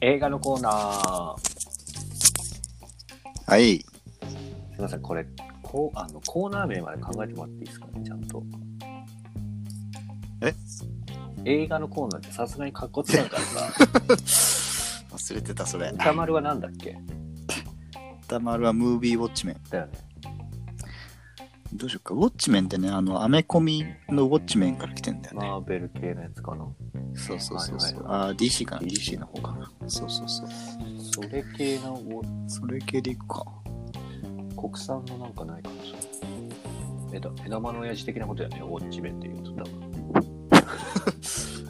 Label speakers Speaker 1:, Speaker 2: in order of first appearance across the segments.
Speaker 1: 映画のコーナー。
Speaker 2: はい。
Speaker 1: すみません、これ、こうあのコーナー名まで考えてもらっていいですかね、ちゃんと。
Speaker 2: え
Speaker 1: 映画のコーナーってさすがにかっこつかんからさ、
Speaker 2: 忘れてた、それ。
Speaker 1: 歌丸はなんだっけ
Speaker 2: 歌丸はムービーウォッチメン。
Speaker 1: だよね。
Speaker 2: どうしようか。ウォッチメンってね、あの、アメコミのウォッチメンから来てんだよね。
Speaker 1: マーベル系のやつかな。
Speaker 2: そうそうそうそう。
Speaker 1: は
Speaker 2: ああー、DC かな。DC の方かな。そうそうそう。
Speaker 1: それ系のお
Speaker 2: それ系でいくか。
Speaker 1: 国産のなんかないかもしれない。枝玉の親父的なことだよね、ウォッチメンって言うと多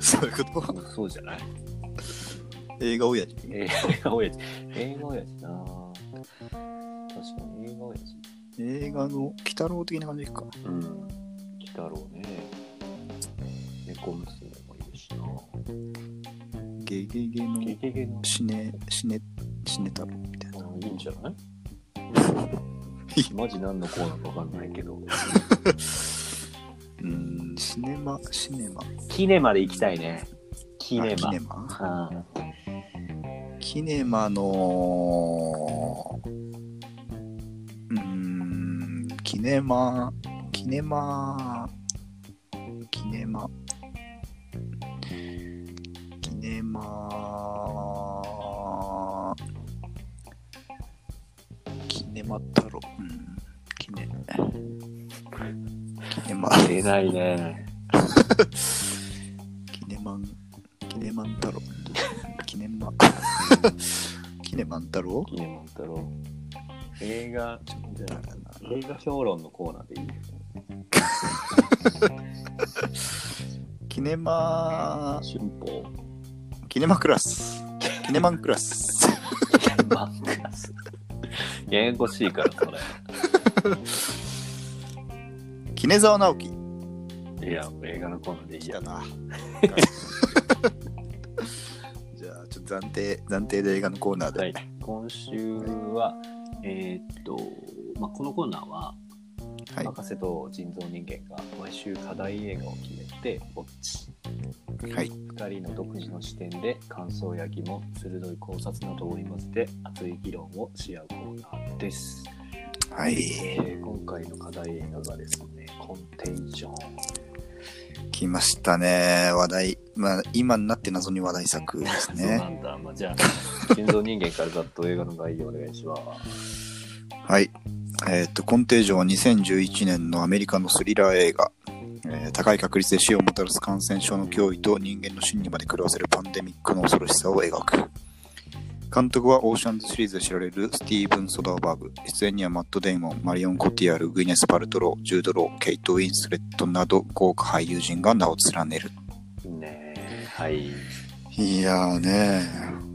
Speaker 2: そういうこと
Speaker 1: 分。そうじゃない
Speaker 2: 映画親父。
Speaker 1: 映画親父。映画親父なぁ確かに映画親父。
Speaker 2: 映画の鬼太郎的な感じでいくか。
Speaker 1: うん。鬼太郎ね。猫娘もいるしな
Speaker 2: ゲゲゲの
Speaker 1: ゲゲゲの。
Speaker 2: 死ね、死ね、死ね太郎みたいな。
Speaker 1: いいんじゃないマジ何のコーナーかわかんないけど。
Speaker 2: うーん、シネマ、シネマ。
Speaker 1: キネマで行きたいね。キネ
Speaker 2: あ
Speaker 1: マ。
Speaker 2: キネマ
Speaker 1: うん
Speaker 2: キネマの、うーん、キネマ、キネマ、キネマ、キネマ、キネマ太郎、うん、キネ、キネマ、
Speaker 1: 出ないね。
Speaker 2: キネマン、キネマン太郎、キネマ、キネマン太郎
Speaker 1: キネマ太郎。映画、じ
Speaker 2: だ
Speaker 1: ゃ
Speaker 2: か
Speaker 1: あ
Speaker 2: らな
Speaker 1: 映画評論のコーナーでいい
Speaker 2: キネマ、
Speaker 1: 春 報。
Speaker 2: キネマクラス。キネマンクラス。
Speaker 1: マンクラス。ややこしいから、そ
Speaker 2: キネザワ直樹。
Speaker 1: れ。いや、映画のコーナーでいい
Speaker 2: 来た
Speaker 1: や。
Speaker 2: な。じゃあ、ちょっと暫定、暫定で映画のコーナーで。
Speaker 1: はい、今週は、えーっと、まあ、このコーナーは、
Speaker 2: はい
Speaker 1: 博士と人造人間が毎週課題映画を決めて、ぼっち
Speaker 2: はい。
Speaker 1: 2人の独自の視点で感想や疑問、鋭い考察などを織り交ぜて熱い議論をし合うコーナーです。
Speaker 2: はい。
Speaker 1: えー今回の課題映画がですね、コンテンジョン。
Speaker 2: 来ましたね。話題。まあ、今になって謎に話題作です
Speaker 1: そうな
Speaker 2: ね。
Speaker 1: んだ。まあ、じゃあ、人造人間からざっと映画の概要お願いします。
Speaker 2: はい。えーっと、コンテージョンは2011年のアメリカのスリラー映画。えー高い確率で死をもたらす感染症の脅威と人間の心理まで狂わせるパンデミックの恐ろしさを描く。監督はオーシャンズシリーズで知られるスティーブン・ソダーバーグ、出演にはマット・デイモン、マリオン・コティアル、グイネス・パルトロー、ジュード・ロー、ケイト・ウィンスレットなど豪華俳優陣が名を連ねる。
Speaker 1: ねえはい。
Speaker 2: いやーね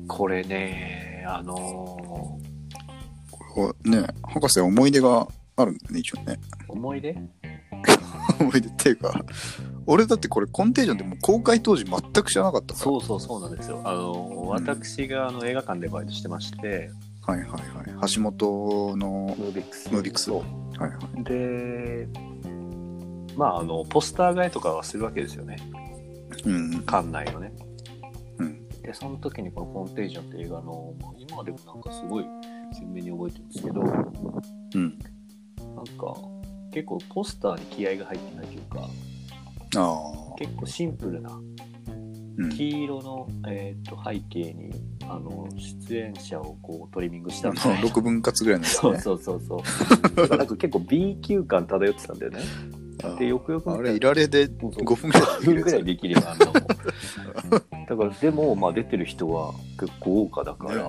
Speaker 1: これね、あのー
Speaker 2: こうね博士思い出があるんだね、一応ね。
Speaker 1: 思い出
Speaker 2: 思い出っていうか俺だってこれコンテージョンでもう公開当時全く知らなかったか
Speaker 1: そうそうそうなんですよ。あの、私があの映画館でバイトしてまして、
Speaker 2: らはいはいはい橋本の
Speaker 1: ムービックス。
Speaker 2: ムービックスをはいはい
Speaker 1: で、まあ、あの、ポスター買いとかはするわけですよね。
Speaker 2: うん
Speaker 1: 館内のね。
Speaker 2: うん
Speaker 1: で、その時にこのコンテージョンって映画の、まあ今でもなんかすごい鮮明に覚えてるんですけど、
Speaker 2: うん
Speaker 1: なんか、結構ポスターに気合が入ってないというか、
Speaker 2: ああ
Speaker 1: 結構シンプルな
Speaker 2: うん
Speaker 1: 黄色の、えー、と背景にあの出演者をこうトリミングし
Speaker 2: あ
Speaker 1: た
Speaker 2: の
Speaker 1: みたいな
Speaker 2: 6分割ぐらいのやつ
Speaker 1: そう
Speaker 2: ね
Speaker 1: そうそうそう。なんか結構 B 級感漂ってたんだよね。
Speaker 2: あ
Speaker 1: で、
Speaker 2: ー
Speaker 1: よくよく
Speaker 2: あれい
Speaker 1: ら
Speaker 2: られで5分ぐらいできる
Speaker 1: ぐらい
Speaker 2: や
Speaker 1: できれば、あの、だから、でも、まあ、出てる人は結構豪華だから、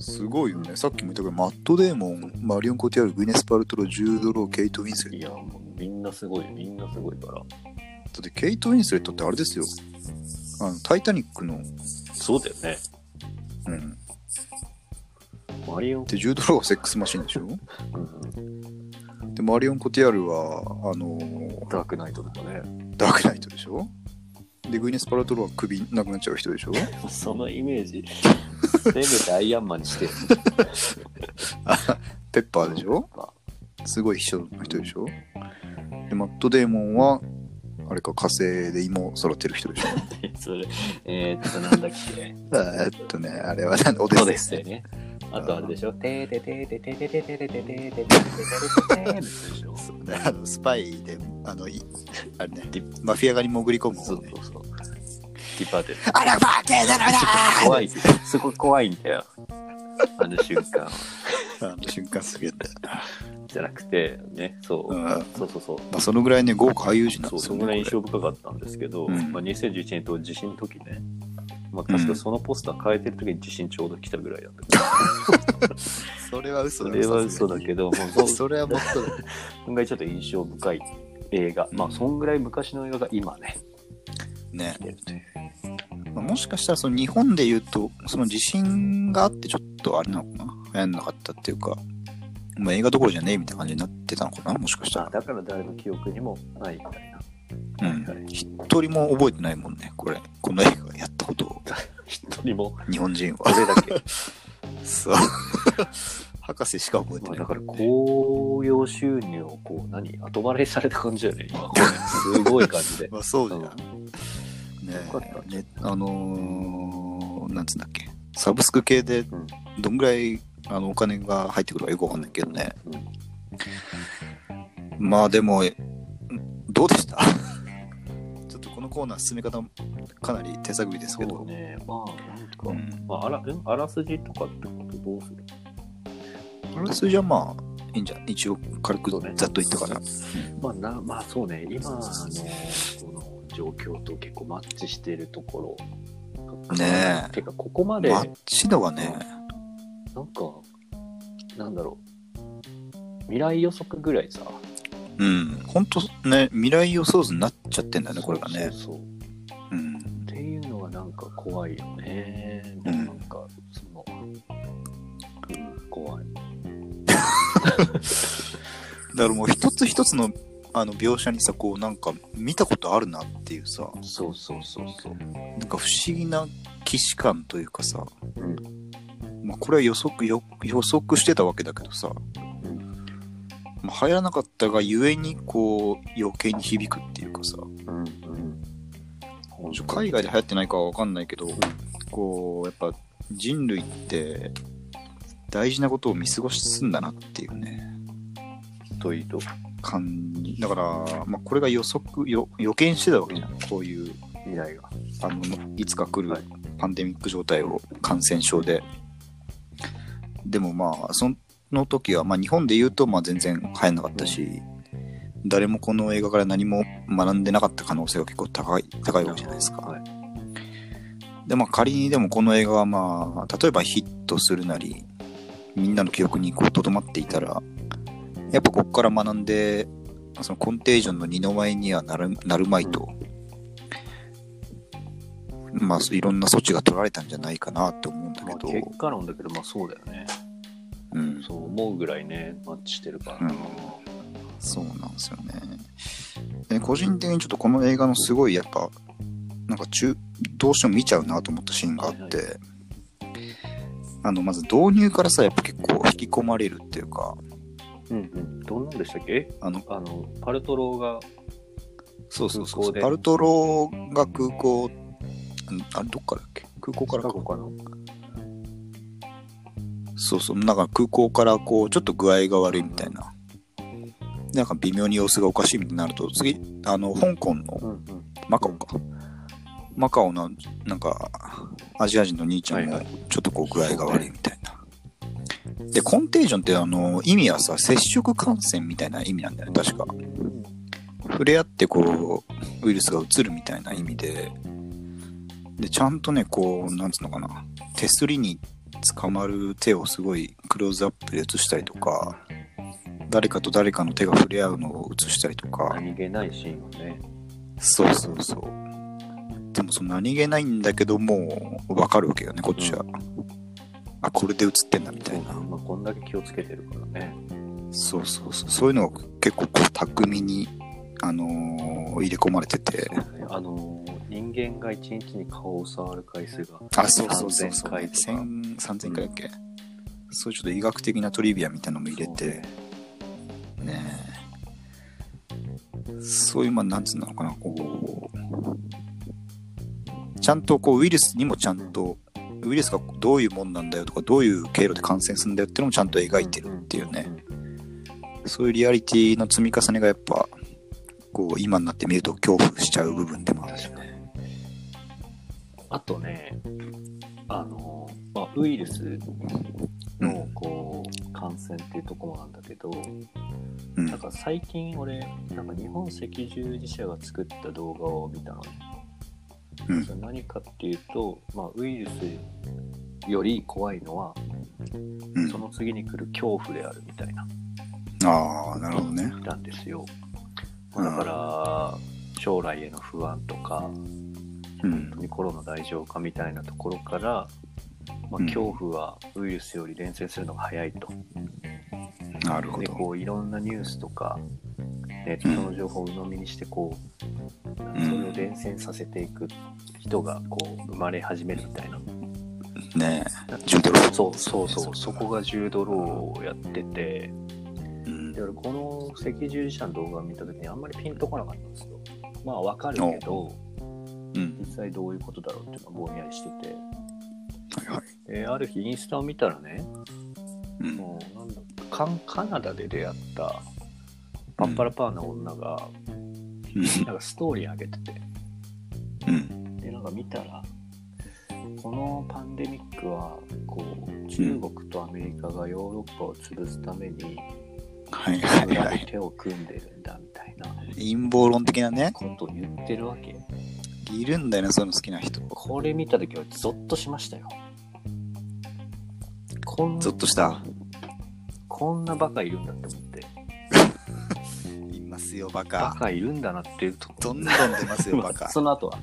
Speaker 2: つすごいよねさっきも言ったけどマット・デーモンマリオン・コティアルグイネス・パルトロジュード・ローケイト・ウィンスレッ
Speaker 1: いや、もうみんなすごい、みんなすごいから。
Speaker 2: トだってケイト・ウィンスレットってあれですよあのタイタニックの
Speaker 1: そうだよね。
Speaker 2: うん
Speaker 1: マリオン、
Speaker 2: でジュード・ローはセックスマシンでしょ
Speaker 1: うん
Speaker 2: でマリオン・コティアルはあのー
Speaker 1: ダークナイトとかね。
Speaker 2: ダークナイトでしょで、グイネス・パラトロは首なくなっちゃう人でしょ
Speaker 1: そのイメージ、せめてアイアンマンにして。
Speaker 2: ペッパーでしょすごい秘書の人でしょで、マット・デーモンは、あれか、火星で芋を育てる人でしょ。
Speaker 1: それ、えーっと、なんだっけ。
Speaker 2: えーっとね、あれは何おで
Speaker 1: そう
Speaker 2: す
Speaker 1: で
Speaker 2: ですす
Speaker 1: よ
Speaker 2: ね。
Speaker 1: ね。あとあれでしょ。てててててててててててててててててしょ。
Speaker 2: そうねあのスパイで、あの、いあれね、マフィア側に潜り込む
Speaker 1: そ
Speaker 2: 方
Speaker 1: う
Speaker 2: ね。
Speaker 1: そうそう。ディパーテ
Speaker 2: あら、バーケーだろ
Speaker 1: 怖い。すごい怖いんだよ。あの瞬間
Speaker 2: なあの瞬間すげえんだよな。
Speaker 1: じゃなくてね、そう、
Speaker 2: うんま
Speaker 1: そうそうそう。
Speaker 2: あ、そのぐらいね、豪華俳優陣なん
Speaker 1: そう
Speaker 2: です
Speaker 1: そ
Speaker 2: よ
Speaker 1: んな
Speaker 2: ね
Speaker 1: 印。象深かったんですけど、
Speaker 2: うん
Speaker 1: まあ、2011年と地震の時ね、まあ、確かそのポスター変えてる時に地震ちょうど来たぐらいだったけど、
Speaker 2: それは 嘘
Speaker 1: そ
Speaker 2: だ
Speaker 1: れは嘘だけど、もうそ
Speaker 2: それはもっとだ。
Speaker 1: んぐらいちょっと印象深い映画、まあそんぐらい昔の映画が今ね、
Speaker 2: ね
Speaker 1: 来、てるという。
Speaker 2: まあもしかしたらその日本で言うと、その地震があってちょっとあれなのかな流行んなかったっていうか、まあ、映画どころじゃねえみたいな感じになってたのかなもしかした
Speaker 1: あ
Speaker 2: ら。
Speaker 1: だから誰の記憶にもないみたいな。
Speaker 2: うん。一人も覚えてないもんね、これ。この映画やったことを、
Speaker 1: 一人も、
Speaker 2: 日本人は。
Speaker 1: それだけ。
Speaker 2: そう。 博士しか覚えて
Speaker 1: まあ
Speaker 2: ない。
Speaker 1: だから興行収入をこう、何後払いされた感じだよ ね、今。すごい感じで。
Speaker 2: まあそうじゃん。ね
Speaker 1: よかった
Speaker 2: え、ねあのー、なんつうんだっけ、サブスク系で
Speaker 1: ん
Speaker 2: どんぐらいあのお金が入ってくるかよくわかんないけどね。
Speaker 1: うん
Speaker 2: まあでも、どうでした ちょっとこのコーナー進め方かなり手探りです
Speaker 1: そ
Speaker 2: けど。
Speaker 1: うね、まあ、なんか、
Speaker 2: うん
Speaker 1: まあ、あらんあらすじとかってことどうする
Speaker 2: あらすじはまあ、いいんじゃん。一応軽く
Speaker 1: そうね
Speaker 2: ざっと言ったから。
Speaker 1: まあなまあそうね今のこの状況と結構マッチしているところ
Speaker 2: ねえ
Speaker 1: てかここまで
Speaker 2: マ
Speaker 1: なん
Speaker 2: ッチだわね。
Speaker 1: かなんだろう未来予測ぐらいさ
Speaker 2: うん。ほんとね、未来予想図になっちゃってんだよね、これがね。
Speaker 1: そうそうそう
Speaker 2: うん。
Speaker 1: っていうのがなんか怖いよね、
Speaker 2: うん
Speaker 1: もうなんかその、うん、怖い
Speaker 2: だからもう一つ一つのあの描写にさこうなんか見たことあるなっていうさ
Speaker 1: そうそうそうそう
Speaker 2: なんか不思議な既視感というかさ、
Speaker 1: うん
Speaker 2: まあ、これは予測よ予測してたわけだけどさ、
Speaker 1: ん
Speaker 2: まあ、流行らなかったがゆえにこう余計に響くっていうかさ
Speaker 1: うんうん本
Speaker 2: 海外で流行ってないかは分かんないけどこうやっぱ人類って大事なことを見過ごすんだなっていうね
Speaker 1: といいと
Speaker 2: 感じだから、まあ、これが予測よ予見してたわけじゃんこういう
Speaker 1: 未来が
Speaker 2: あのいつか来
Speaker 1: は
Speaker 2: る
Speaker 1: い
Speaker 2: パンデミック状態を感染症ででもまあその時は、まあ、日本で言うとまあ全然流行んなかったし誰もこの映画から何も学んでなかった可能性が結構高い高いわけじゃないですか
Speaker 1: はい
Speaker 2: でまあ仮にでもこの映画はまあ例えばヒットするなりみんなの記憶にこうとどまっていたらやっぱここから学んでそのコンテージョンの二の舞にはなるなるまいと、まあいろんな措置が取られたんじゃないかなと思うんだ
Speaker 1: ま
Speaker 2: け
Speaker 1: あ、
Speaker 2: ど、
Speaker 1: 結果論だけどまあそうだよね
Speaker 2: うん、
Speaker 1: そう思うぐらいねマッチしてるから、
Speaker 2: うんそうなんですよねで個人的にちょっとこの映画のすごいやっぱなんか中どうしても見ちゃうなと思ったシーンがあって、
Speaker 1: はい
Speaker 2: あのまず導入からさやっぱ結構引き込まれるっていうか
Speaker 1: うんうん、どんなんでしたっけ
Speaker 2: あの
Speaker 1: あのパルトローが
Speaker 2: そうそうそうそ
Speaker 1: 空港
Speaker 2: う
Speaker 1: で
Speaker 2: パルトロが空港うんあれどっからだっけ空港からか
Speaker 1: シカゴかな
Speaker 2: そうそうなんか空港からこうちょっと具合が悪いみたいななんか微妙に様子がおかしいみたいになると次あの香港の
Speaker 1: うんうん
Speaker 2: マカオか。マカオの、なんか、アジア人の兄ちゃん
Speaker 1: は
Speaker 2: も
Speaker 1: い、
Speaker 2: ちょっとこう、具合が悪いみたいな。で、コンテージョンって、あの、意味はさ、接触感染みたいな意味なんだよね、確か。触れ合って、こう、ウイルスが移るみたいな意味で、で、ちゃんとね、こう、なんつうのかな、手すりに捕まる手をすごいクローズアップで映したりとか、誰かと誰かの手が触れ合うのを映したりとか、
Speaker 1: 何気ないシーンをね
Speaker 2: そうそうそう。でもその何気ないんだけどもう分かるわけよねこっちは。あこれで映ってんだみたいな。
Speaker 1: まあ、こんだけ気をつけてるからね
Speaker 2: そうそうそうそういうのが結構こう巧みに、あのー入れ込まれてて。
Speaker 1: あの人間が一日に顔を触る回数が
Speaker 2: あそうそうそうそ
Speaker 1: 3000
Speaker 2: う。
Speaker 1: 回とか
Speaker 2: 1000 3000回だっけ、そういうちょっと医学的なトリビアみたいなのも入れて。ねえそういう、まあ、なんつうのかな、こう、ちゃんとこうウイルスにもちゃんと、ウイルスがどういうもんなんだよとか、どういう経路で感染するんだよっていうのもちゃんと描いてるっていうね、そういうリアリティの積み重ねがやっぱ、こう、今になってみると恐怖しちゃう部分でもあるし
Speaker 1: 確かにあとねあの、まあ、ウイルスのこう感染っていうところなんだけど、
Speaker 2: うん
Speaker 1: なんか最近俺なんか日本赤十字社が作った動画を見たのね、
Speaker 2: うん
Speaker 1: それ何かっていうと、まあ、ウイルスより怖いのは
Speaker 2: うん
Speaker 1: その次に来る恐怖であるみたいな
Speaker 2: ああ、なるほどね。
Speaker 1: なんですよ、
Speaker 2: うん
Speaker 1: だから将来への不安とか
Speaker 2: うん
Speaker 1: 本当。にコロナ大丈夫かみたいなところから、まあ、
Speaker 2: うん
Speaker 1: 恐怖はウイルスより伝染するのが早いと、
Speaker 2: なるほ
Speaker 1: で
Speaker 2: ど。
Speaker 1: こういろんなニュースとかネットの情報を鵜呑みにしてこう、
Speaker 2: ん
Speaker 1: それを伝染させていく人がこう生まれ始めるみたいな、
Speaker 2: ねえ、10ドル。
Speaker 1: そうそうそうそこが10ドローをやってて
Speaker 2: うん
Speaker 1: で。俺この赤十字社の動画を見た時にあんまりピンとこなかったんですよまあわかるけど
Speaker 2: うん。
Speaker 1: 実際どういうことだろうっていうのはぼんやりしてて
Speaker 2: はいはい。
Speaker 1: である日インスタを見たらね
Speaker 2: うん。
Speaker 1: もうなんだカンカナダで出会ったパッパラパーな女が、なんかストーリー上げてて
Speaker 2: うん。
Speaker 1: でなんか見たらこのパンデミックはこう中国とアメリカがヨーロッパを潰すために
Speaker 2: はいはい
Speaker 1: 裏
Speaker 2: は
Speaker 1: で
Speaker 2: い。
Speaker 1: 手を組んでるんだみたいな
Speaker 2: 陰謀論的なね、
Speaker 1: ことを言ってるわけ
Speaker 2: いるんだよね、そういうの好きな人。
Speaker 1: これ見た時はゾッとしましたよこん
Speaker 2: ゾッとした。
Speaker 1: こんなバカいるんだって思って
Speaker 2: いますよ、バ
Speaker 1: バ
Speaker 2: カ。
Speaker 1: カいるんだなっていうと
Speaker 2: どんどん出ます よ、バ カ。
Speaker 1: その後は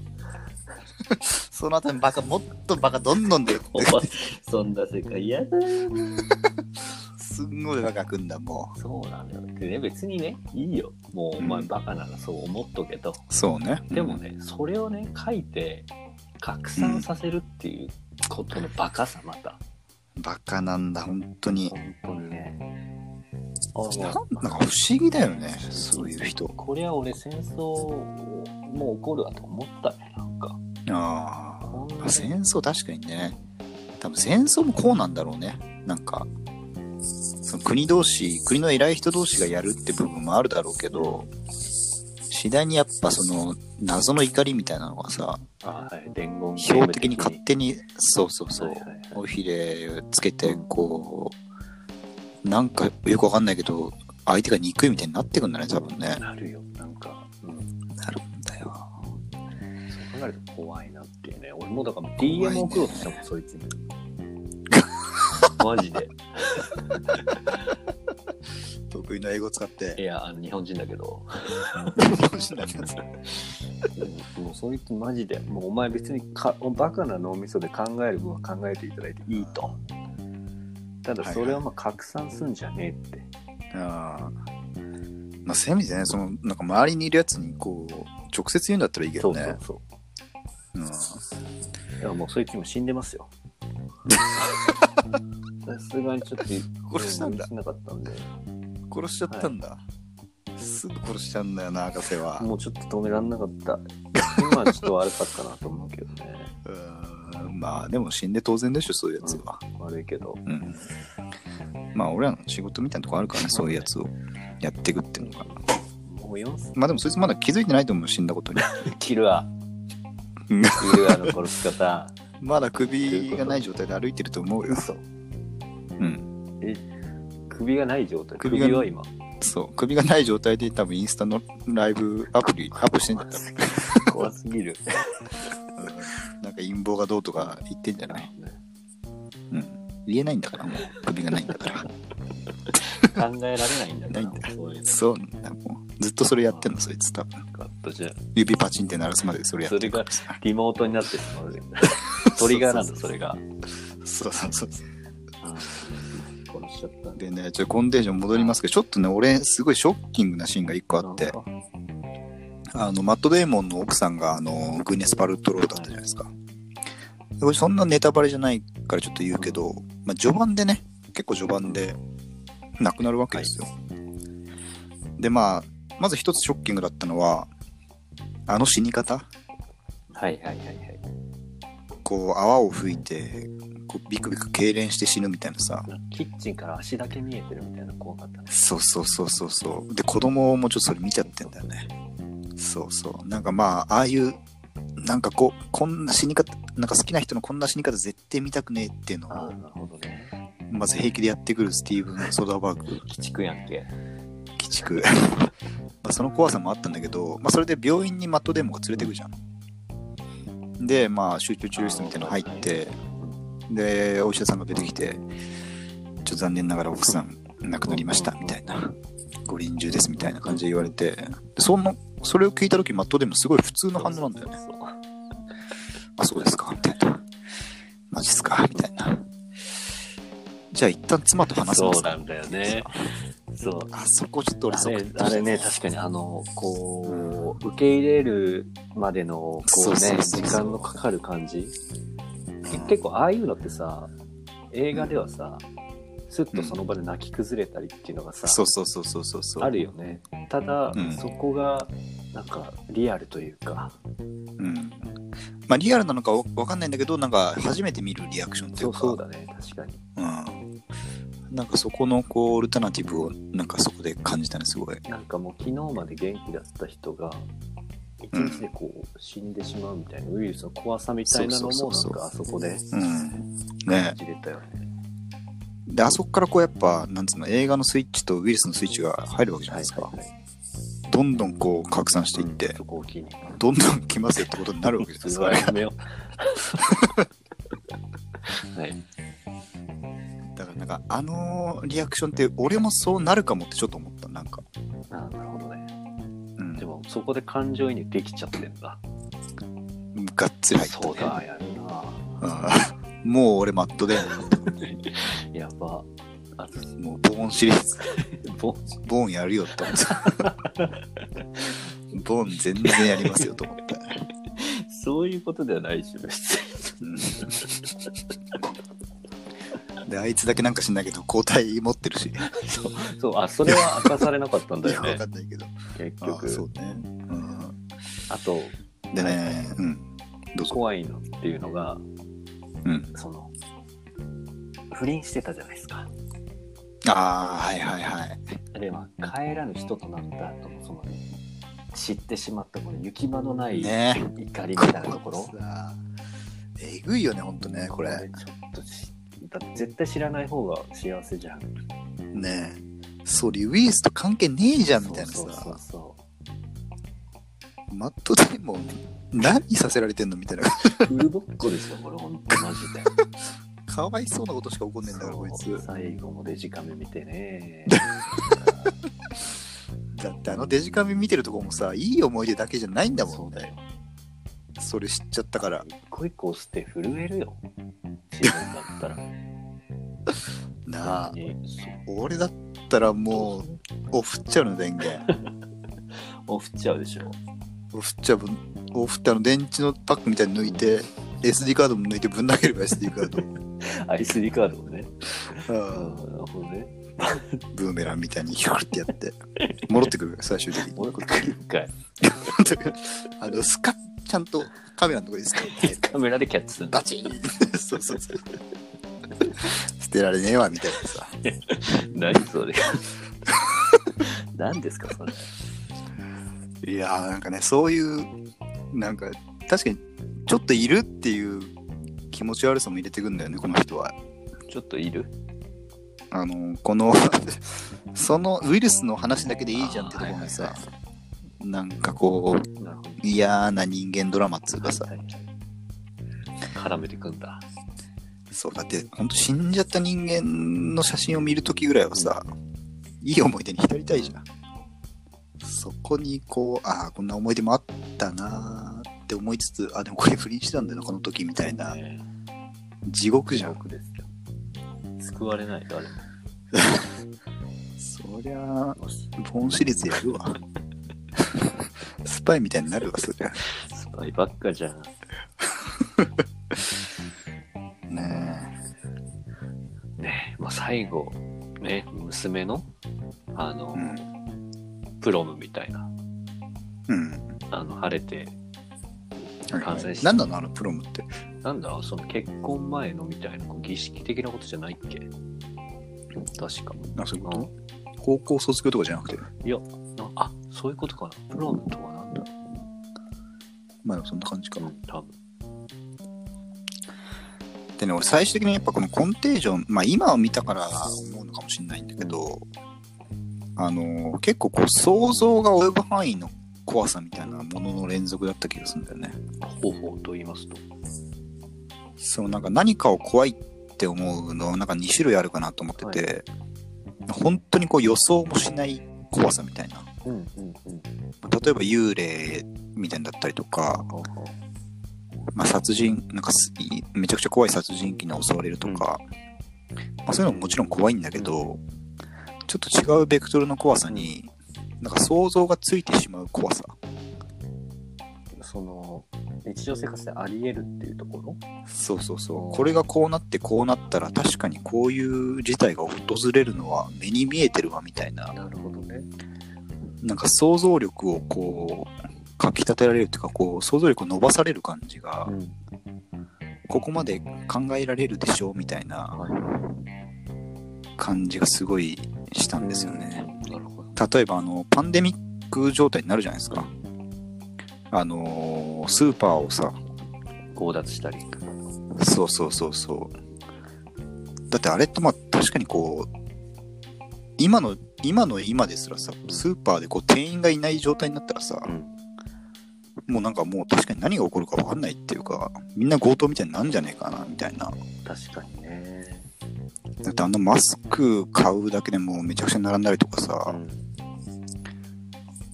Speaker 2: その後にバカ、もっとバカ、どんどん出る。
Speaker 1: お前そんな世界嫌だ
Speaker 2: すんごいバカくんだ、も
Speaker 1: そうなんだよでね別にねいいよもうお前
Speaker 2: うん
Speaker 1: バカならそう思っとけと、
Speaker 2: う。そうね。
Speaker 1: でも。ね、それをね書いて拡散させるっていうことのバカさまた、
Speaker 2: バカなんだ、本当に。
Speaker 1: 本当にね
Speaker 2: な
Speaker 1: あ
Speaker 2: んか
Speaker 1: も
Speaker 2: 不思議だよね、そういう人
Speaker 1: う。これは俺戦争をもう起こるわと思ったねなんか
Speaker 2: ああ。
Speaker 1: こん
Speaker 2: ま
Speaker 1: な
Speaker 2: あ戦争確かにね多分戦争もこうなんだろうねなんかその国同士国の偉い人同士がやるって部分もあるだろうけど次第にやっぱその謎の怒りみたいなのがさ
Speaker 1: あはい伝言ゲーム
Speaker 2: 標的に勝手にそうそうそう
Speaker 1: はいはいはい
Speaker 2: 尾ひれつけてこうなんかよくわかんないけど相手が憎いみたいになってくんだね多分ね
Speaker 1: なるよなんか、うん、
Speaker 2: なるんだよ
Speaker 1: そう考えると怖いなっていうね俺もだから
Speaker 2: いね
Speaker 1: DM 送ろうとしたもんそいつにマジで
Speaker 2: 得意の英語使っ
Speaker 1: い
Speaker 2: て
Speaker 1: や、あの日本人だけど、
Speaker 2: 楽しんだやつ
Speaker 1: もうそういつマジで、もうお前別にかバカな脳みそで考える分は考えていただいていいと。ただ
Speaker 2: はいはい
Speaker 1: それをまあ拡散すんじゃねえって。
Speaker 2: あーまあ、せめてね、その、なんか周りにいるやつに、こう、直接言うんだったらいいけ
Speaker 1: そ
Speaker 2: ど
Speaker 1: うそう
Speaker 2: ね。
Speaker 1: そ
Speaker 2: うん
Speaker 1: う。いや、もうそいつも死んでますよ。 さすがにちょっと、
Speaker 2: 殺したんだ
Speaker 1: うんなかったんで、
Speaker 2: 殺しちゃったんだ。すぐ殺しちゃうんだよな、博士は。
Speaker 1: もうちょっと止めらんなかった。今はちょっと悪かったなと思うけどね。
Speaker 2: うーんまあ、でも死んで当然でしょ、そういうやつは。
Speaker 1: 悪いけど。
Speaker 2: うん。まあ、俺らの仕事みたいなとこあるからね、そういうやつをやっていくっていうのが。
Speaker 1: もう4歳。
Speaker 2: まあ、でもそいつまだ気づいてないと思う、死んだことに。
Speaker 1: キルア。
Speaker 2: うん
Speaker 1: キルアの殺し方。
Speaker 2: まだ首がない状態で歩いてると思うよ。
Speaker 1: 嘘。
Speaker 2: うん。
Speaker 1: 首がない状態
Speaker 2: 首
Speaker 1: 首
Speaker 2: が
Speaker 1: は今
Speaker 2: そう。首がない状態で多分インスタのライブアプリアップしてんだった
Speaker 1: 怖すぎる
Speaker 2: なんか陰謀がどうとか言ってんじゃない、うん、言えないんだからもう首がないんだから
Speaker 1: 考えられないんだか
Speaker 2: ない
Speaker 1: ら
Speaker 2: んだ
Speaker 1: そういう
Speaker 2: そうなんだもうずっとそれやってんのそいつ多分
Speaker 1: カットじゃ
Speaker 2: 指パチンって鳴らすまでそれやってるからさ
Speaker 1: リモートになってしま うトリガーなんだそれが
Speaker 2: そうそうそう
Speaker 1: 殺しちゃったん
Speaker 2: でねちょっとコンデーション戻りますけどちょっとね俺すごいショッキングなシーンが1個あってあのマット・デーモンの奥さんがあのグネス・パルトローだったじゃないですかでこれそんなネタバレじゃないからちょっと言うけど、まあ、序盤でね結構序盤で亡くなるわけですよ、でまあまず一つショッキングだったのは、あの死に方
Speaker 1: はいはいはいはい。
Speaker 2: こう、泡を吹いて、こうビクビク痙攣して死ぬみたいなさ。
Speaker 1: キッチンから足だけ見えてるみたいな怖かったね。
Speaker 2: そうそうそうそうそう。で、子供もちょっとそれ見ちゃってんだよね。そうそう。なんかまあ、ああいう、なんかこう、こんな死に方、なんか好きな人のこんな死に方絶対見たくねえっていうの
Speaker 1: ああ、
Speaker 2: を、
Speaker 1: なるほどね。
Speaker 2: まず平気でやってくるスティーブン・ソダーバーグ、
Speaker 1: 鬼畜やんけ。
Speaker 2: 鬼畜。 まあその怖さもあったんだけど、まあ、それで病院にマットデーモンが連れてくじゃん。で、まあ、集中治療室みたいなの入って、で、お医者さんが出てきて、ちょっと残念ながら奥さん亡くなりました、みたいな。ご臨終です、みたいな感じで言われて、でそんな、それを聞いた時マットデーモンすごい普通の反応なんだよね。
Speaker 1: そうそう
Speaker 2: あ、そうですか、みたいな。マジっすか、みたいな。じゃあ一旦妻と話せま
Speaker 1: そ
Speaker 2: す
Speaker 1: うな
Speaker 2: か。
Speaker 1: んだよね。そう。
Speaker 2: あそこちょっと俺
Speaker 1: あ
Speaker 2: そこ
Speaker 1: れあれね、確かに、あの、こう、受け入れるまでの、こう
Speaker 2: そう
Speaker 1: ね、
Speaker 2: そうそうそう
Speaker 1: 時間のかかる感じ。結構、ああいうのってさ、映画ではさ、すっとその場で泣き崩れたりっていうのがさ、
Speaker 2: そうそうそうそうそうそう。
Speaker 1: あるよね。ただ、
Speaker 2: うん
Speaker 1: そこが、なんか、リアルというか、
Speaker 2: うんまあ、リアルなのかわわかんないんだけど、なんか初めて見るリアクションとい
Speaker 1: そうう
Speaker 2: か、
Speaker 1: そうだね、確かに。
Speaker 2: うん、なんかそこのこうオルタナティブをなんかそこで感じたね、すごい。
Speaker 1: なんかもう昨日まで元気だった人が一日でこう死んでしまうみたいな、ウイルスの怖さみたいなの
Speaker 2: そ
Speaker 1: も
Speaker 2: う
Speaker 1: な
Speaker 2: そ
Speaker 1: ん
Speaker 2: うそうそう
Speaker 1: かあそこで
Speaker 2: うん、
Speaker 1: 感
Speaker 2: ね
Speaker 1: じれたよね。
Speaker 2: で、あそこからこうやっぱ、なんつうの、映画のスイッチとウイルスのスイッチが入るわけじゃないですか。
Speaker 1: はいはいはい
Speaker 2: どんどんこう拡散していって、
Speaker 1: そこを機に。
Speaker 2: どんどん来ますよってことになるわけじゃないです
Speaker 1: そ
Speaker 2: か。
Speaker 1: れはやめよう。はい。
Speaker 2: だからなんか、あのリアクションって、俺もそうなるかもってちょっと思った、なんか。
Speaker 1: あーなるほどね。
Speaker 2: うん
Speaker 1: で、もそこで感情移入できちゃってんだ。
Speaker 2: がっつり入った、ね。
Speaker 1: そうだ、やるな。
Speaker 2: うんもう俺マットで、
Speaker 1: やば。あと、
Speaker 2: もうボーンシリーズ。
Speaker 1: ぼ
Speaker 2: ボーンやるよって思った。ボーン全然やりますよと思った。
Speaker 1: そういうことではないし、別に。
Speaker 2: うんで、あいつだけなんか知んないけど、交代持ってるし、
Speaker 1: そう、あ、それは明かされなかったんだ
Speaker 2: よ
Speaker 1: よ
Speaker 2: くわ
Speaker 1: ね
Speaker 2: か。んないけど。
Speaker 1: 結
Speaker 2: ああ、そう
Speaker 1: 局。
Speaker 2: ね。うん
Speaker 1: あと、
Speaker 2: でね、うん。どうぞ。
Speaker 1: 怖いのっていうのが、
Speaker 2: うん、
Speaker 1: その不倫してたじゃないですか
Speaker 2: ああ、はいはいはい。
Speaker 1: では帰らぬ人となった後のその知ってしまったこの行き場のない怒
Speaker 2: ね
Speaker 1: りみたいなところ、
Speaker 2: さえぐいよね、ほんとね、こ
Speaker 1: これ
Speaker 2: れ。
Speaker 1: ちょっとしだって絶対知らない方が幸せじゃん
Speaker 2: ねそう、リウィースと関係ねえじゃんみたいな
Speaker 1: そうそうそう
Speaker 2: さ、
Speaker 1: そ
Speaker 2: マットでも何させられてんのみたいな。
Speaker 1: うウルボッコですよこれほんとマジで
Speaker 2: かわいそうなことしか起こんねえんだから、こい
Speaker 1: そう
Speaker 2: つ。
Speaker 1: 最後もデジカメ見てね
Speaker 2: だってあのデジカメ見てるとこもさいい思い出だけじゃ ないんだ
Speaker 1: そ
Speaker 2: も
Speaker 1: うんだ
Speaker 2: ね
Speaker 1: よ
Speaker 2: それ知っちゃったから
Speaker 1: 一個一個押して震えるよ自分だったら
Speaker 2: なあ
Speaker 1: えそう
Speaker 2: 俺だったらもうオフっちゃうの 電源
Speaker 1: オフっちゃうでしょ
Speaker 2: オフっちゃうぶんオフってあの電池のパックみたいに抜いて SD カードも抜いてぶん投げれば SD カード
Speaker 1: ICD カードをね
Speaker 2: あ
Speaker 1: なるほどね。
Speaker 2: あブーメランみたいにひょってやって戻ってくる最終的に
Speaker 1: 俺 これ来るんかい。
Speaker 2: あのスカッちゃんとカメラのとこにスカッて
Speaker 1: カメラでキャッチするんだ
Speaker 2: バ。チン そうそうそう捨てられねえわみたいなさ
Speaker 1: 何そ れ。何ですかそれ。
Speaker 2: いやーなんかねそういうなんか確かにちょっといるっていう気持ち悪さも入れてくんだよねこの人は
Speaker 1: ちょっといる
Speaker 2: あのこの そのウイルスの話だけでいいじゃんってところにさ、
Speaker 1: あーはい
Speaker 2: なんかこう
Speaker 1: なるほど。
Speaker 2: 嫌な人間ドラマっつうかさ、
Speaker 1: はいはい絡めてくんだ。
Speaker 2: そうだってほんと死んじゃった人間の写真を見るときぐらいはさいい思い出に浸りたいじゃんそこにこうああこんな思い出もあったなーって思いつつあでもこれ不倫してたんだよなこの時みたいな
Speaker 1: ね
Speaker 2: 地獄じゃん
Speaker 1: 僕ですよ。救われない誰も。
Speaker 2: そりゃあ、ボーンシリーズやるわ。 スパイみたいになるわ、そりゃ。
Speaker 1: スパイばっかじゃん。
Speaker 2: ね
Speaker 1: ねまあ最後、ね、娘の、あの、
Speaker 2: え。うん。
Speaker 1: プロムみたいな、
Speaker 2: うん。
Speaker 1: あの、晴れて、
Speaker 2: はいは
Speaker 1: 完成
Speaker 2: い
Speaker 1: し、た
Speaker 2: なんなのあのプロムって。
Speaker 1: なんだろう、その結婚前のみたいな、こう儀式的なことじゃないっけ確か。
Speaker 2: あ、そういうこと高校卒業とかじゃなくて。
Speaker 1: ああ、そういうことかな。プロムとはなんだろ
Speaker 2: まあでもそんな感じか
Speaker 1: う
Speaker 2: な。
Speaker 1: ん、多分。
Speaker 2: でね、俺最終的にやっぱこのコンテージョン、まあ今を見たから思うのかもしれないんだけど、あのー結構こう想像が及ぶ範囲の怖さみたいなものの連続だった気がするんだよね。
Speaker 1: 方法と言いますと。
Speaker 2: そうなんか何かを怖いって思うのなんか2種類あるかなと思ってて、本当にこう予想もしない怖さみたいな
Speaker 1: うんうんうん。
Speaker 2: 例えば幽霊みたいなのだったりとか、
Speaker 1: はあは
Speaker 2: まあ、殺人なんかすめちゃくちゃ怖い殺人鬼に襲われるとか、まあ、そういうのももちろん怖いんだけど、ちょっと違うベクトルの怖さになんか想像がついてしまう怖さ
Speaker 1: あその、日常生活であり得るっていうところ
Speaker 2: そうそう
Speaker 1: う
Speaker 2: そ
Speaker 1: ん
Speaker 2: うこれがこうなってこうなったら確かにこういう事態が訪れるのは目に見えてるわみたいな
Speaker 1: なるほどね。
Speaker 2: なんか想像力をこうかき立てられるっていうかこう想像力を伸ばされる感じが、
Speaker 1: ん。
Speaker 2: ここまで考えられるでしょうみたいな
Speaker 1: は
Speaker 2: 感じがすごいした
Speaker 1: い。
Speaker 2: んですよね。
Speaker 1: うん。なるほど。
Speaker 2: 例えばあのパンデミック状態になるじゃないですか。あのースーパーをさ
Speaker 1: 強奪したり。
Speaker 2: そうそうそうそうだってあれってまあ確かにこう今の今の今ですらさスーパーでこう店員がいない状態になったらさ、
Speaker 1: ん。
Speaker 2: もうなんかもう確かに何が起こるか分かんないっていうか、みんな強盗みたいになんじゃねえかな、みたいな。
Speaker 1: 確かにね。
Speaker 2: だってあのマスク買うだけでもうめちゃくちゃ並んだりとかさ、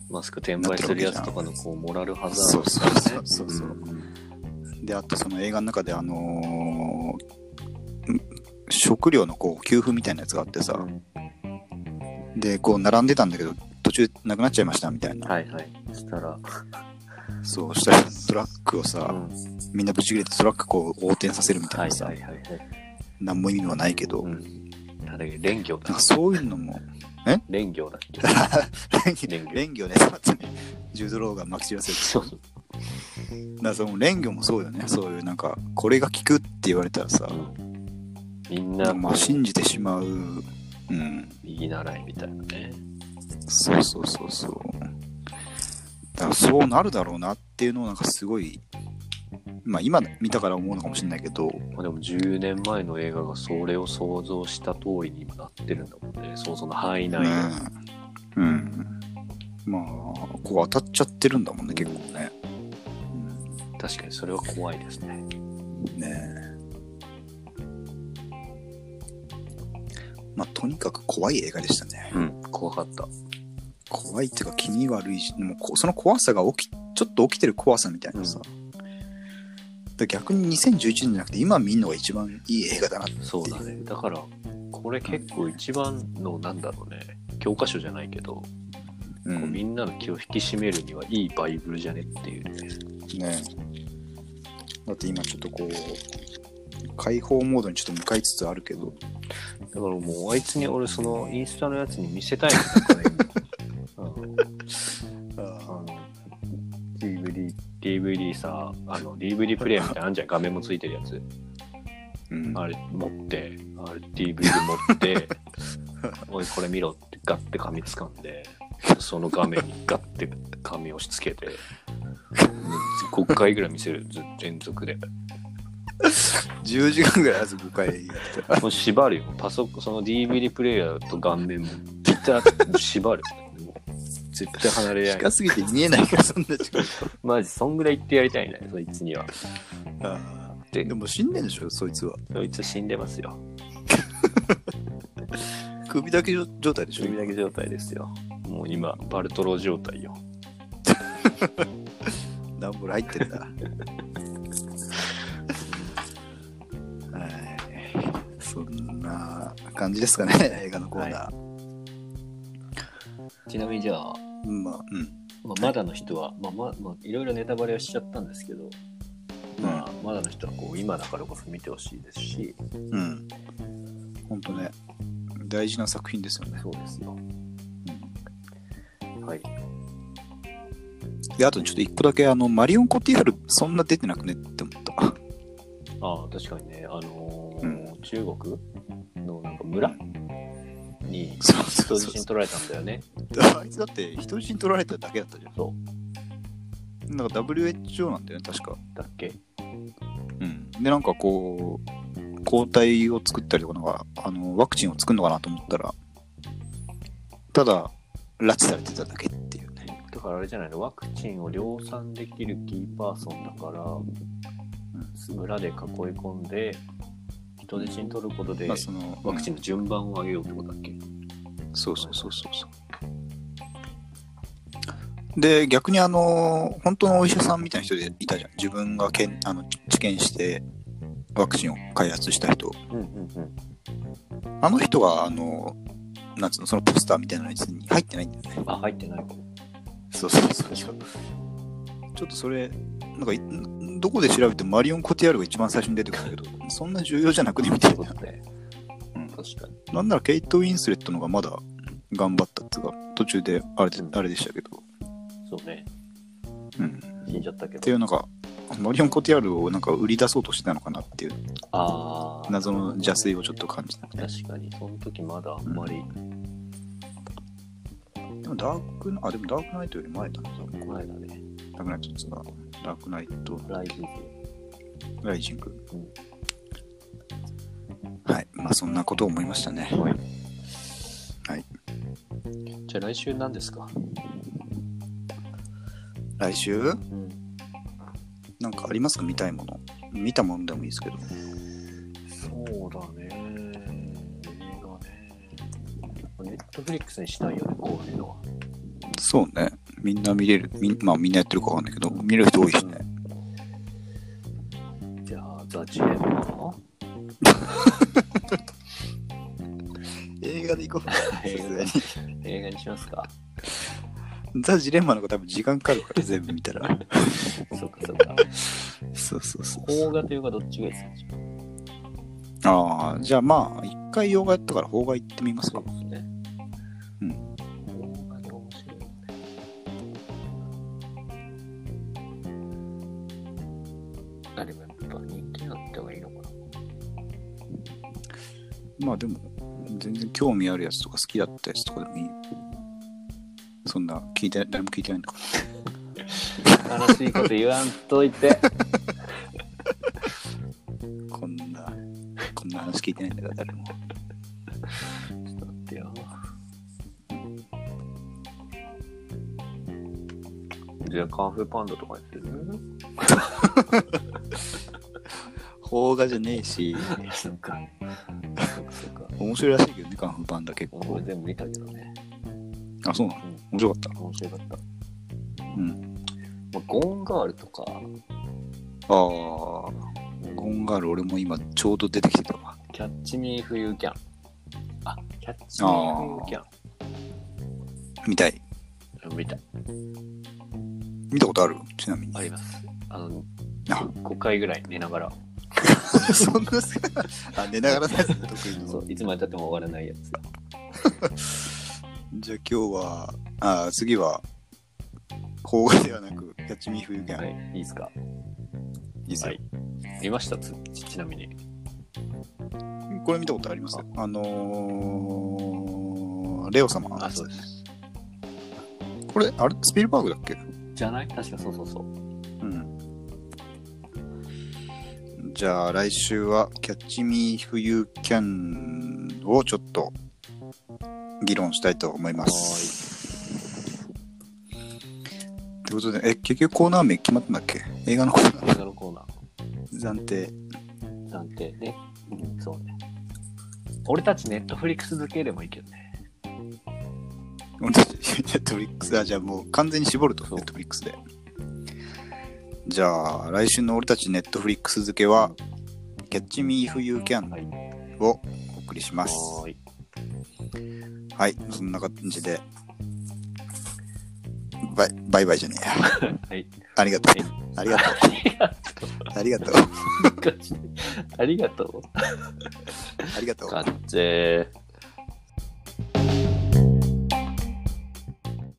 Speaker 1: マスク転売するやつとかのこうモラルハザードと
Speaker 2: そう
Speaker 1: か
Speaker 2: そうそうそう
Speaker 1: うん
Speaker 2: で、あとその映画の中であのーん食料のこう給付みたいなやつがあってさ、で、こう並んでたんだけど、途中なくなっちゃいましたみたいな。
Speaker 1: はいはい。したら、
Speaker 2: そうしたらトラックを
Speaker 1: う
Speaker 2: さ、
Speaker 1: ん
Speaker 2: みんなぶち切れてトラックこう横転させるみた
Speaker 1: はいい
Speaker 2: なさ、
Speaker 1: はいはいはい。
Speaker 2: 何も意味はないけど、
Speaker 1: うんあれ、連業
Speaker 2: なん
Speaker 1: だ
Speaker 2: か。そういうの も、
Speaker 1: 連業だっけ
Speaker 2: 連
Speaker 1: 魚
Speaker 2: 連魚ね、さっきねジュードローがまき散らせる。
Speaker 1: そうそう。
Speaker 2: だからその連魚もそうよねそういうなんかこれが効くって言われたらさ、
Speaker 1: みんな、
Speaker 2: まあ信じてしまううん
Speaker 1: 右習いみたいなね。
Speaker 2: そうそうそうそうだからそうなるだろうなっていうのをなんかすごいまあ今見たから思うのかもしれないけど
Speaker 1: まあ、でも10年前の映画がそれを想像した通りに今なってるんだもんね。想像の範囲内で。
Speaker 2: うん、うん、まあこう当たっちゃってるんだもんね結構ね、
Speaker 1: 確かにそれは怖いですね。
Speaker 2: うん、ねえまあとにかく怖い映画でしたね
Speaker 1: うん。怖かった。
Speaker 2: 怖いっていうか気に悪いしでもこその怖さが起きちょっと起きてる怖さみたいなさ、だから逆に2011年じゃなくて今見るのが一番いい映画だな
Speaker 1: そうだね。だから、これ結構一番の、なんだろうね、教科書じゃないけど、こ
Speaker 2: う
Speaker 1: うんみんなの気を引き締めるにはいいバイブルじゃねっていうね。
Speaker 2: ねだって今ちょっとこう解放モードにちょっと向かいつつあるけど
Speaker 1: だからもう、あいつに俺、そのインスタのやつに見せたいの、これうんあの DVD、DVD さ、あの DVD プレイヤーみたいなのあんじゃん、画面もついてるやつ。
Speaker 2: うん
Speaker 1: あれ持って、あれ DVD 持って、 おい、これ見ろってガッて紙掴んで、その画面にガッて紙押し付け て、5回ぐらい見せる、ず連続で。
Speaker 2: 10時間ぐらいあず5回やってた
Speaker 1: もう縛るよ。パソコン、その DVD プレイヤーと顔面も、絶対縛る。もう絶対離れない
Speaker 2: 近。すぎて見えないからそんな 近く
Speaker 1: マジ、そんぐらい言ってやりたいね、そいつには。
Speaker 2: あー
Speaker 1: で
Speaker 2: でも死んでんでしょそいつは
Speaker 1: そいつ死んでますよ。
Speaker 2: 首だけ状状態でしょ
Speaker 1: 首だけ状態ですよ。もう今、バルトロ状態よ。
Speaker 2: ダンボール入ってんだ。 はい。そんな感じですかね、 映画のコーナー。
Speaker 1: ちなみにじゃあ、
Speaker 2: まあ、うん。
Speaker 1: まあ、まだの人は、まあまあまあ、いろいろネタバレはしちゃったんですけど、まあ、まだの人はこう今だからこそ見てほしいですし、
Speaker 2: うん。本当ね、大事な作品ですよね。
Speaker 1: そうですよ。はい。
Speaker 2: で、あとちょっと一個だけ、あの、マリオン・コティーフル、そんな出てなくねって思った。
Speaker 1: ああ、確かにね、あのー
Speaker 2: う
Speaker 1: 中国のなんか村に
Speaker 2: そうそ
Speaker 1: 人
Speaker 2: う
Speaker 1: 質
Speaker 2: そ
Speaker 1: に取られたんだよね。
Speaker 2: う。あいつだって、人質に取られただけだったじゃん。
Speaker 1: そ
Speaker 2: なんか WHO なんだよね、確か。
Speaker 1: う。だっけ
Speaker 2: うん。で、なんかこう、抗体を作ったりとか、なんか、あの、ワクチンを作るのかなと思ったら、ただ、拉致されてただけっていうね。
Speaker 1: だからあれじゃないの、ワクチンを量産できるキーパーソンだから、村で囲い込んで、人質に取ることで、
Speaker 2: まあ、その、
Speaker 1: ワクチ
Speaker 2: ン。
Speaker 1: ンの順番を上げようってことだっけ、
Speaker 2: そうそうそうそうそう。で、逆にあの、本当のお医者さんみたいな人でいたじゃん。自分がけんあの治験して、ワクチンを開発した人。
Speaker 1: うんうんうん。
Speaker 2: あの人が、あの、なんつうの、そのポスターみたいなのに入ってないんだよね。
Speaker 1: あ、入ってないか。
Speaker 2: そうそうそうそう。ちょっとそれ、なんかい、どこで調べてもマリオン・コティアールが一番最初に出てくるんだけど、そんな重要じゃなくねみたい
Speaker 1: そう
Speaker 2: な
Speaker 1: だ。ね。
Speaker 2: うん
Speaker 1: 確かに。
Speaker 2: なんならケイト・ウィンスレットの方がまだ頑張ったっていうか、途中であれで
Speaker 1: うん
Speaker 2: あれでしたけど。
Speaker 1: そうね。
Speaker 2: うん。
Speaker 1: 死んじゃったけ
Speaker 2: って
Speaker 1: ど。
Speaker 2: いうなんか、マリオン・コティアールをなんか売り出そうとしてたのかなっていう
Speaker 1: ああ。
Speaker 2: 謎の邪推をちょっと感じたね。
Speaker 1: 確かに、その時まだあんまり
Speaker 2: でもダークナ、あ、でもダークナイトより前だな、多分
Speaker 1: 前だね。
Speaker 2: ダークナイトっつうのはダークナイト、
Speaker 1: ライジン
Speaker 2: ライジング。はい。まあそんなことを思いましたね。
Speaker 1: グ。はい。
Speaker 2: はい。
Speaker 1: じゃあ来週何ですか
Speaker 2: 来週
Speaker 1: うん。
Speaker 2: なんかありますか見たいもの。見たものでもいいですけど。
Speaker 1: そうだね。映画ね。ネットフリックスにしたいよね、こういうのは。
Speaker 2: そうね。みんな見れる。みんまあみんなやってるかわかんないけど、見れる人多いしね。
Speaker 1: じゃあ、ザ・ジエン の
Speaker 2: 映画で行こ
Speaker 1: 映画に
Speaker 2: う。
Speaker 1: 映画にしますか
Speaker 2: ザ・ジレンマの方が多分時間かかるから、全部見たら。
Speaker 1: そっかそっか。
Speaker 2: そうそうそう
Speaker 1: 邦画というかどっちがいいですかじゃ
Speaker 2: ああ、じゃあまあ、一回洋画やったから邦画行ってみます
Speaker 1: あ
Speaker 2: か。
Speaker 1: そうですね。
Speaker 2: うん
Speaker 1: 邦画で面白いよね。あ、でもやっぱ人気あった方がいいのかな。
Speaker 2: まあでも、全然興味あるやつとか好きだったやつとかでもいいよ。そんな、聞いて、誰も聞いてないのか。
Speaker 1: 悲しいこと言わんといて。
Speaker 2: こんな、こんな話聞いてないんだから、誰も。
Speaker 1: ってよじゃあカンフーパンダとかやってる
Speaker 2: 邦画じゃねえし、
Speaker 1: そっか。そっかそっか。
Speaker 2: 面白いらしいけどね、カンフーパンダ結
Speaker 1: もうこ
Speaker 2: 構
Speaker 1: れ。全部見たけどね。
Speaker 2: あ、そうなの面白かった。
Speaker 1: 面白かった。
Speaker 2: うん。
Speaker 1: まあ、ゴーンガールとか、
Speaker 2: ああ、ゴンガール、俺も今ちょうど出てきてたわ。
Speaker 1: キャッチミーフユーキャン。あ、キャッチミーフユーキャ
Speaker 2: 見たい。
Speaker 1: ン。見た。
Speaker 2: 見たことあるちなみに。
Speaker 1: あります。あの、
Speaker 2: あ
Speaker 1: 5回ぐらい寝ながら。
Speaker 2: そんな好きなあ、寝ながらのやつ得意の
Speaker 1: そう、いつまでたっても終わらないやつ。
Speaker 2: じゃあ今日は、あ次は、邦画ではなく、キャッチミーフユーキャン、、
Speaker 1: はいい、いいですか。
Speaker 2: いですよ、
Speaker 1: はい見ましたつちちなみに。
Speaker 2: これ見たことありますあのー、レオ様のやつ
Speaker 1: うです。
Speaker 2: これ、あれ、スピルバーグだっけ
Speaker 1: じゃない確かそうそうそう。
Speaker 2: うん。じゃあ来週は、キャッチミーフユーキャンをちょっと、議論したいと思います。ということで、え、結局コーナー名決まったんだっけ映画のコ ーナー
Speaker 1: 映画のコーナー。
Speaker 2: 暫定。
Speaker 1: なんてね、うん、そうね。俺たちネットフリックス付けでもいいけどね。
Speaker 2: 俺たち、ネットフリックス、あ、 じゃあもう完全に絞ると、
Speaker 1: そう
Speaker 2: ネットフリックスで。じゃあ、来週の俺たちネットフリックス付けは、キャッチミーフユーキャン
Speaker 1: はい。
Speaker 2: をお送りします。
Speaker 1: はーい。
Speaker 2: はい、そんな感じで。バイバイバイじゃねえや。
Speaker 1: はい。
Speaker 2: ありがとう。ありがとう。ありがとう。
Speaker 1: ありがとう。
Speaker 2: ありがとう。
Speaker 1: っちゃー。